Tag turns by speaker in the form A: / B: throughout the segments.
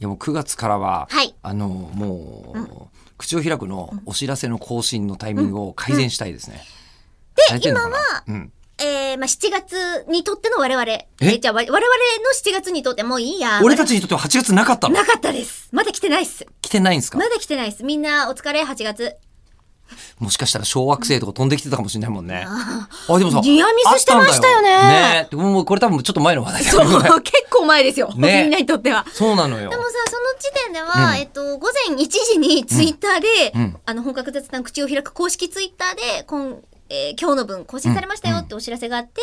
A: やもう9月からは、
B: はい
A: あのもう、口を開くのお知らせの更新のタイミングを改善したいですね。で
B: 今は
A: うん、
B: えー、まあ、7月にとっての我々。えじゃあ、わ我々の7月にとってもういいや。
A: 俺たちにとっては8月なかったの
B: なかったです。まだ来てないっす。
A: 来てないんですか
B: まだ来てないっす。みんなお疲れ、8月。
A: もしかしたら小惑星とか飛んできてたかもしれないもんね。あでもさ
B: ニアミスしてましたよね
A: あったんだよねでももうこれ多分ちょっと前の話だ
B: そ
A: よねこれ
B: う、結構前ですよ。
A: ね
B: みんなにとっては。
A: そうなのよ
B: でも。さ、その時点では、えっと、午前1時にツイッターで、
A: うんうん
B: あの、本格雑談口を開く公式ツイッターで、今、えー今日の分更新されましたよってお知らせがあって、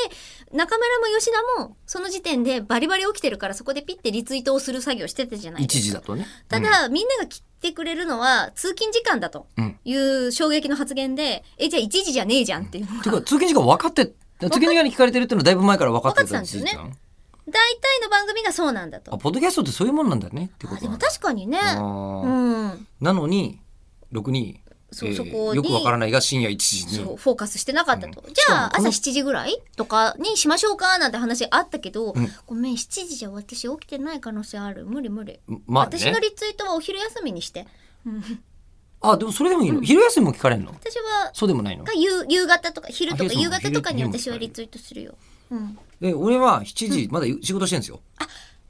B: 中村も吉田も、その時点でバリバリ起きてるから、そこでピッてリツイートをする作業してたじゃないですか
A: 一時だとね。
B: ただ、みんなが来てくれるのは通勤時間だと
A: うん
B: いう衝撃の発言で、え、じゃあ1時じゃねえじゃんっていうのが。
A: てか通勤時間分かって通勤時間に聞かれてるっていうのはだいぶ前から分かって
B: 分か
A: た
B: ってたんですよね
A: 事実なの
B: 大体の番組がそうなんだと
A: あ。ポッドキャストってそういうもんなんだねってこ
B: あ
A: と
B: で
A: な
B: も
A: んだ
B: 確かにね。う
A: あー
B: ん。
A: なのにろくに、
B: そ
A: えー
B: そこに
A: よくわからないが深夜1時
B: そう、
A: に
B: フォーカスしてなかったと。
A: うん
B: じゃ
A: し
B: あ、
A: かもこの
B: 朝7時ぐらいとかにしましょうかなんて話あったけど、
A: うん
B: ごめん、7時じゃ私起きてない可能性ある。無理無理。
A: まあ
B: 私の
A: ね
B: リツイートはお昼休みにして。うん
A: あでもそれでもいいの、昼休みも聞かれるの
B: 私は、
A: そうでもないの
B: が夕夕方とか、昼と
A: あ
B: か、
A: 昼
B: 夕方とかに
A: 昼も昼も
B: 私はリツイートするよ。うん。
A: え俺は7時、まだ仕事してるんですよ、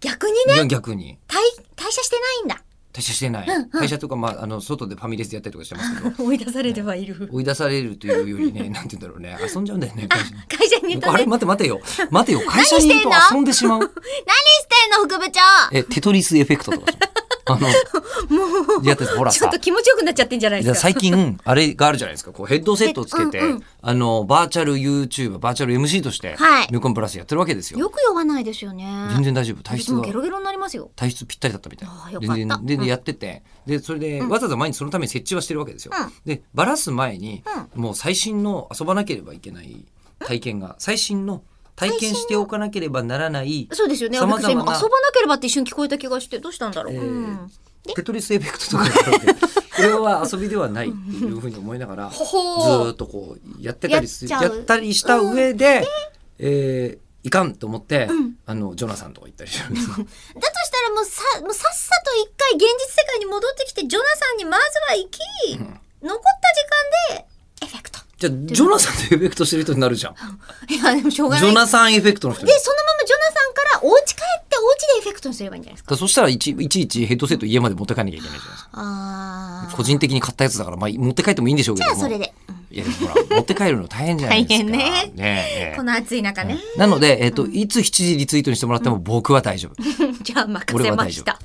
B: 逆にね、
A: いや逆に
B: 退退社してないん だ。
A: 退社してない、
B: うんうん
A: 退社とか、まあ、あの外でファミレスでやったりとかしてますけど
B: 追い出されてはいる。
A: 追い出されるというよりね なんて言うんだろうね遊んじゃうんだよね
B: あ
A: 会社に、
B: 会社に行
A: あ
B: か
A: れ
B: ね。
A: 待て待て よ待てよ会社にいると
B: 何してんの
A: 遊んでしまう
B: 何してんの、副部長
A: え、テトリスエフェクトと かさ。あの、やってたほら
B: ちょ
A: さ
B: っと。気持ちよくなっちゃってんじゃない
A: い
B: で
A: や
B: すか。
A: 最 近、あれがあるじゃないですか。こうヘッドセットをつけて、
B: うんうん
A: あの、バーチャル YouTuber、バーチャル MC として、
B: はい
A: ミューコンプラスやってるわけですよ。
B: よく酔わないですよね。
A: 全然大丈夫。体
B: いつ
A: 質
B: も
A: が
B: ゲ、ロゲロになりますよ。
A: 体質ぴったりだったみたい
B: あ
A: な
B: ー。よかった
A: 全然で、でやってて、で、それで、わざわざ毎日そのために設置はしてるわけですよ。
B: うん
A: で、バラす前に、もう最新の遊ばなければいけない体験が、最新の体験しておかなければならない、
B: そうですよね。
A: 様々な
B: 私今遊ばなければって一瞬聞こえた気がして、どうしたんだろう。
A: えー
B: うん
A: テトリスエフェクトとかや ってるけどこれは遊びではないっていうふうに思いながらず
B: ほほー
A: ーっとこうやってたりす
B: やっちゃ
A: や
B: う
A: ったりした上で、えーいかんと思って、あのジョナサンとか行ったりしてるんですよ
B: だとしたらもうさ、もうさっさと一回現実世界に戻ってきて、ジョナサンにまずは行き、残った時間で、エフェクト。
A: じゃあジョナサンとエフェクトしてる人になる じゃん
B: いや、でもしょうが
A: ジ
B: ない。
A: ョ
B: で、
A: ナサンエフェクトの人
B: そのままジョナサンからお家帰って、お家でエフェクトにすればいいんじゃないですか。
A: だそしたらいちいちいちヘッドセット家まで持って帰んなきゃいけないじゃないですか
B: あー。
A: 個人的に買ったやつだから、まあ、持って帰ってもいいんでしょうけ
B: じ
A: ど
B: ゃ
A: も
B: あそれで。うん
A: いやでもほら持って帰るの大変じゃないですか
B: 大変ね
A: ねえ
B: この暑い中ね。
A: なので、えっといつ7時リツイートにしてもらっても僕は大丈夫
B: じゃあ任
A: 俺
B: せ
A: は
B: ま
A: 大丈
B: し
A: 夫
B: た。